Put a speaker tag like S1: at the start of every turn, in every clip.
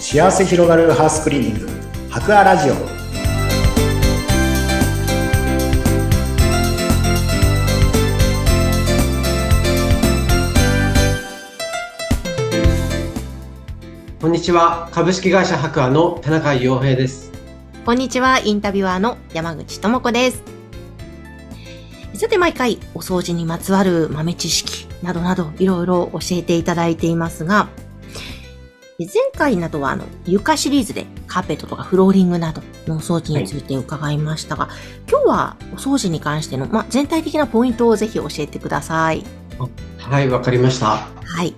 S1: 幸せ広がるハウスクリーニング博アラジオ
S2: こんにちは株式会社博和の田中洋平です
S3: こんにちは、インタビュアーの山口智子です。さて、毎回、お掃除にまつわる豆知識などなど、いろいろ教えていただいていますが、前回などは、あの、床シリーズで、カーペットとかフローリングなどのお掃除について伺いましたが、今日はお掃除に関しての、まあ、全体的なポイントをぜひ教えてください。
S2: はいわかりました
S3: はい。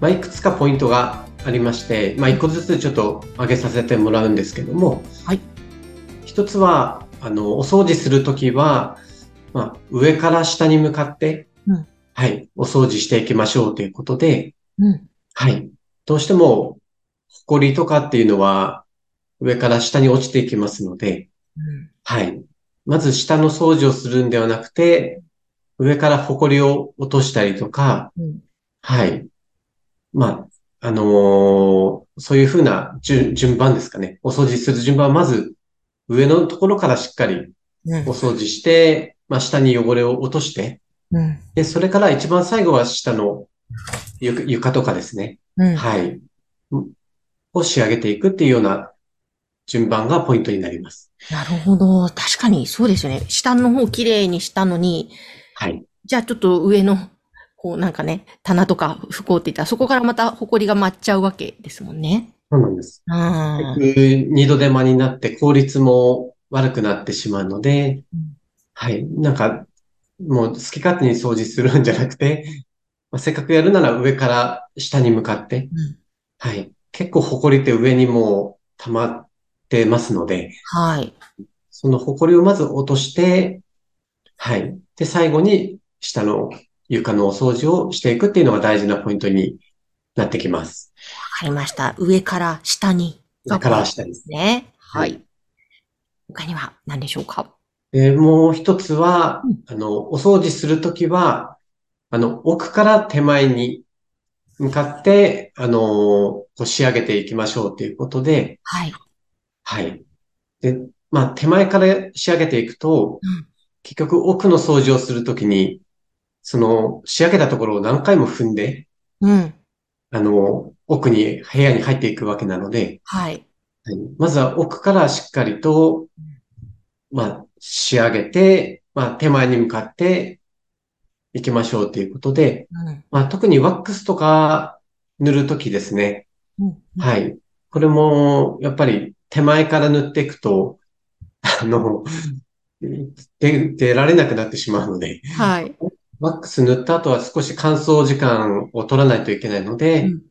S2: まあいくつかポイントがありましてまあ一個ずつちょっと挙げさせてもらうんですけども
S3: はい
S2: 一つはあのお掃除するときはまあ上から下に向かって、
S3: うん
S2: はいお掃除していきましょうということで
S3: うん。
S2: はいどうしても埃とかっていうのは上から下に落ちていきますので、
S3: うん。
S2: はい。まず下の掃除をするんではなくて、上から埃を落としたりとか、
S3: うん
S2: はい。まあ、あのーそういうふうな順、順番ですかね。お掃除する順番はまず、上のところからしっかり
S3: うん
S2: お掃除して、まあ、下に汚れを落として、
S3: うん。
S2: で、それから一番最後は下の床床とかですね。
S3: うん。
S2: はい。を仕上げていくっていうような順番がポイントになります。
S3: なるほど。確かに、そうですよね。下の方綺麗にしたのに、
S2: はい。
S3: じゃあちょっと上の、こうなんかね、棚とか不幸って言ったら、そこからまた埃が舞っちゃうわけですもんね。
S2: そうなんです。
S3: あー
S2: 二度手間になって効率も悪くなってしまうので
S3: うん、
S2: はい。なんか、もう好き勝手に掃除するんじゃなくて、まあ、せっかくやるなら上から下に向かって、
S3: うん
S2: はい。結構埃って上にもう溜まってますので、
S3: はい。
S2: その埃をまず落として、はい。で、最後に下の床のお掃除をしていくっていうのが大事なポイントになってきます。
S3: わかりました。上から下に。
S2: 上から下です。
S3: ね。は。
S2: はい
S3: 他には何でしょうか
S2: で、もう一つは
S3: うん、
S2: あの、お掃除するときは、あの、奥から手前に向かって、あの、こう仕上げていきましょうということで、
S3: はい。
S2: はい。で、まあ、手前から仕上げていくと
S3: うん、
S2: 結局奥の掃除をするときに、その、仕上げたところを何回も踏んで、
S3: うん。
S2: あの、奥に、部屋に入っていくわけなので、
S3: はい。
S2: はいまずは奥からしっかりと、まあ、仕上げて、まあ、手前に向かっていきましょうということで、
S3: うん。
S2: まあ、特にワックスとか塗るときですね。
S3: うん
S2: は。い。これも、やっぱり手前から塗っていくと、あの、出、出られなくなってしまうので、
S3: はい。
S2: ワックス塗った後は少し乾燥時間を取らないといけないので、
S3: うん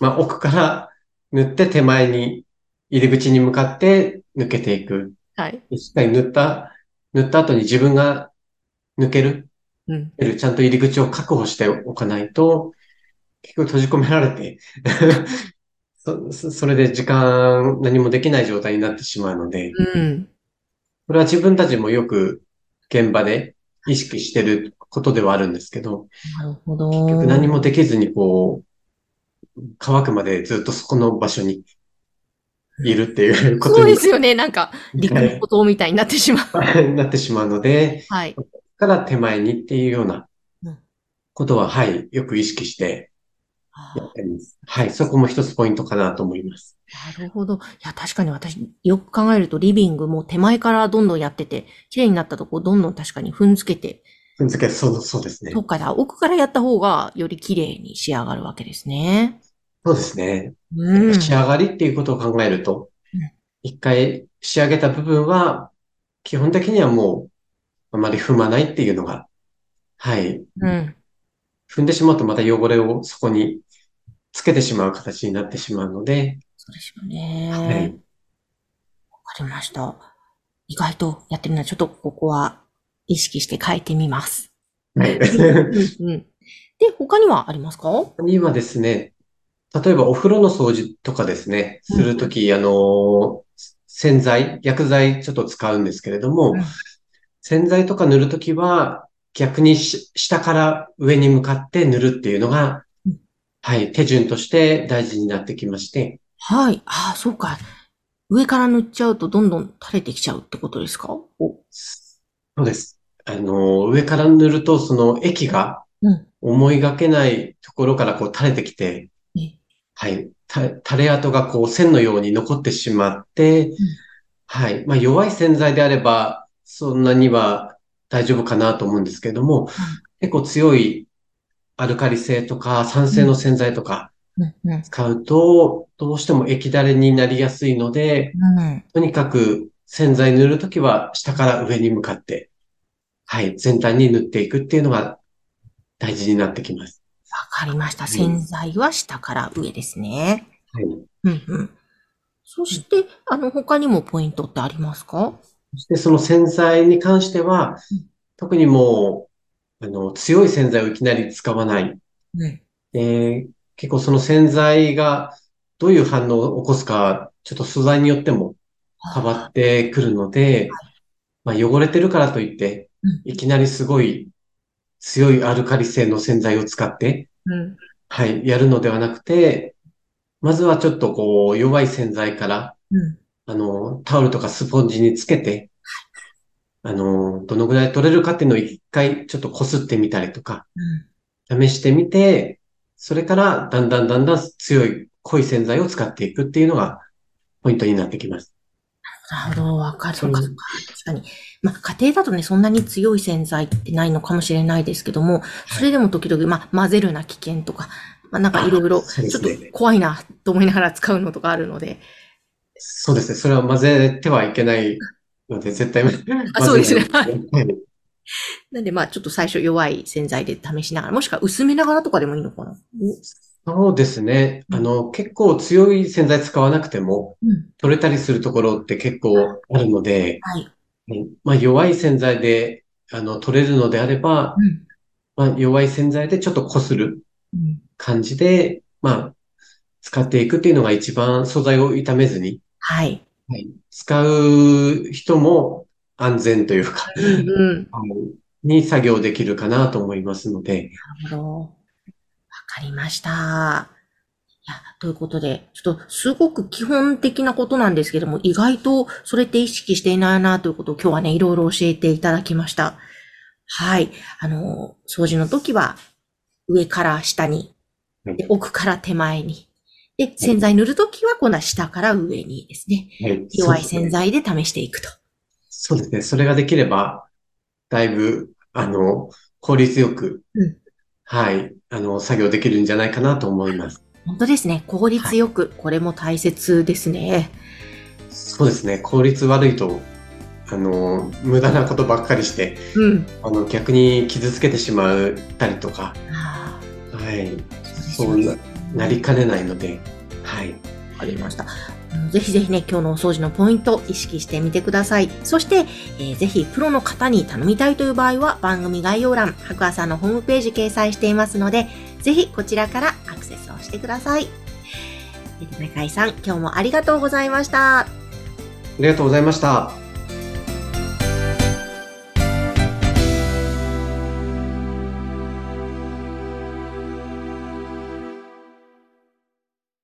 S2: まあ、奥から塗って手前に、入り口に向かって抜けていく。
S3: はい。
S2: しっかり塗った、塗った後に自分が抜ける、
S3: うん。
S2: 出るちゃんと入り口を確保しておかないと、結局閉じ込められて そ、そそれで時間何もできない状態になってしまうので、
S3: うん。
S2: これは自分たちもよく現場で意識してることではあるんですけど、
S3: なるほど。
S2: 結局何もできずにこう、乾くまでずっとそこの場所にいるっていうこ
S3: そ
S2: と
S3: うで
S2: に
S3: すよね。なんか、理科のことみたいになってしまう。
S2: なってしまうので、
S3: はい。
S2: から手前にっていうような
S3: うん
S2: ことは、はい、よく意識して
S3: あー
S2: やってます。はい、そこも一つポイントかなと思います。
S3: なるほど。いや、確かに私、よく考えると、リビングも手前からどんどんやってて、綺麗になったとこ、どんどん確かに踏んづけて、
S2: ぶんづけ、そう、そうですね。
S3: そっかだ、奥からやった方が、より綺麗に仕上がるわけですね。
S2: そうですね。
S3: うん。
S2: 仕上がりっていうことを考えると
S3: うん、
S2: 一回仕上げた部分は、基本的にはもう、あまり踏まないっていうのが、はい。
S3: うん。
S2: 踏んでしまうとまた汚れをそこにつけてしまう形になってしまうので、
S3: そうですよね。わ、
S2: はい
S3: かりました。意外とやってるのは、ちょっとここは意識して変えてみます。
S2: はい。
S3: うんうん。で、他にはありますかは
S2: 他にはですね、例えばお風呂の掃除とかですね、するとき、あの、洗剤、薬剤ちょっと使うんですけれども、
S3: うん
S2: 洗剤とか塗るときは、逆にし下から上に向かって塗るっていうのが、
S3: うん
S2: はい、手順として大事になってきまして、
S3: はい。ああ、そうか。上から塗っちゃうとどんどん垂れてきちゃうってことですかお
S2: そうです。あの、上から塗ると、その液が
S3: うん
S2: 思いがけないところからこう垂れてきて
S3: え、
S2: はい。た垂れ跡がこう線のように残ってしまって、はい。まあ弱い洗剤であれば、そんなには大丈夫かなと思うんですけれども、結構強いアルカリ性とか酸性の洗剤とか
S3: うん、うん、
S2: 使うと、どうしても液だれになりやすいので、
S3: うん。
S2: とにかく洗剤塗るときは下から上に向かって、はい、全体に塗っていくっていうのが大事になってきます。
S3: わかりました。
S2: い
S3: 洗剤は下から上ですね。
S2: はい。
S3: うん、うん。そして、あの、他にもポイントってありますか
S2: そしてその洗剤に関しては
S3: うん、
S2: 特にもう、あの、強い洗剤をいきなり使わない。
S3: うん。
S2: えー結構その洗剤がどういう反応を起こすか、ちょっと素材によっても変わってくるので、まあ、汚れてるからといって
S3: うん、
S2: いきなりすごい強いアルカリ性の洗剤を使って、
S3: うん。
S2: はい、やるのではなくて、まずはちょっとこう、弱い洗剤から、
S3: うん。
S2: あの、タオルとかスポンジにつけて、あの、どのぐらい取れるかっていうのを一回ちょっとこすってみたりとか、
S3: うん。
S2: 試してみて、それからだんだんだんだん強い、濃い洗剤を使っていくっていうのがポイントになってきます。
S3: なるほど、わかる。そうか、そうか。確かに。まあ、家庭だとね、そんなに強い洗剤ってないのかもしれないですけども、それでも時々、まあ、混ぜるな危険とか、まあ、なんかいろいろ、
S2: あそう
S3: ち
S2: で
S3: ょっ
S2: す
S3: と
S2: ね
S3: 怖いなと思いながら使うのとかあるので。
S2: そうですね。それは混ぜてはいけないので、絶対混ぜない。
S3: そうですね
S2: はい。
S3: なんで、まあ、ちょっと最初弱い洗剤で試しながら、もしくは薄めながらとかでもいいのかな。
S2: そうですね。あの、結構強い洗剤使わなくても、
S3: うん。
S2: 取れたりするところって結構あるので、
S3: はい。
S2: まあ、弱い洗剤であの取れるのであれば、
S3: うん。
S2: まあ、弱い洗剤でちょっとこする
S3: うん。
S2: 感じで、まあ、使っていくっていうのが一番素材を傷めずに、
S3: はい。
S2: 使う人も安全というか、
S3: うん。うん。
S2: あのに作業できるかなと思いますので、
S3: なるほど。わかりました。いや、ということで、ちょっとすごく基本的なことなんですけども、意外とそれって意識していないなということを今日はね、いろいろ教えていただきました。はい。あの、掃除の時は、上から下に、
S2: はい
S3: で奥から手前に。で、洗剤塗るときは、今度は下から上にですね。
S2: はい
S3: 弱い
S2: そう
S3: 洗剤で試していくと。
S2: そうですね。それができれば、だいぶ、あの、効率よく
S3: うん、
S2: はい、あの、作業できるんじゃないかなと思います。
S3: 本当ですね。効率よく、これも大切ですね。
S2: そうですね、効率悪いと、あの、無駄なことばっかりして、
S3: うん。
S2: あの、逆に傷つけてしまったりとか、
S3: ああ
S2: はい、
S3: そ
S2: そうう
S3: です
S2: な
S3: ね
S2: なりかねないので、はい、
S3: わかりました。あのぜひぜひね、今日のお掃除のポイント意識してみてください。そして、えーぜひプロの方に頼みたいという場合は番組概要欄、白亜さんのホームページ掲載していますので、ぜひこちらからアクセスをしてください。えー中井さん、今日もありがとうございました。
S2: ありがとうございました。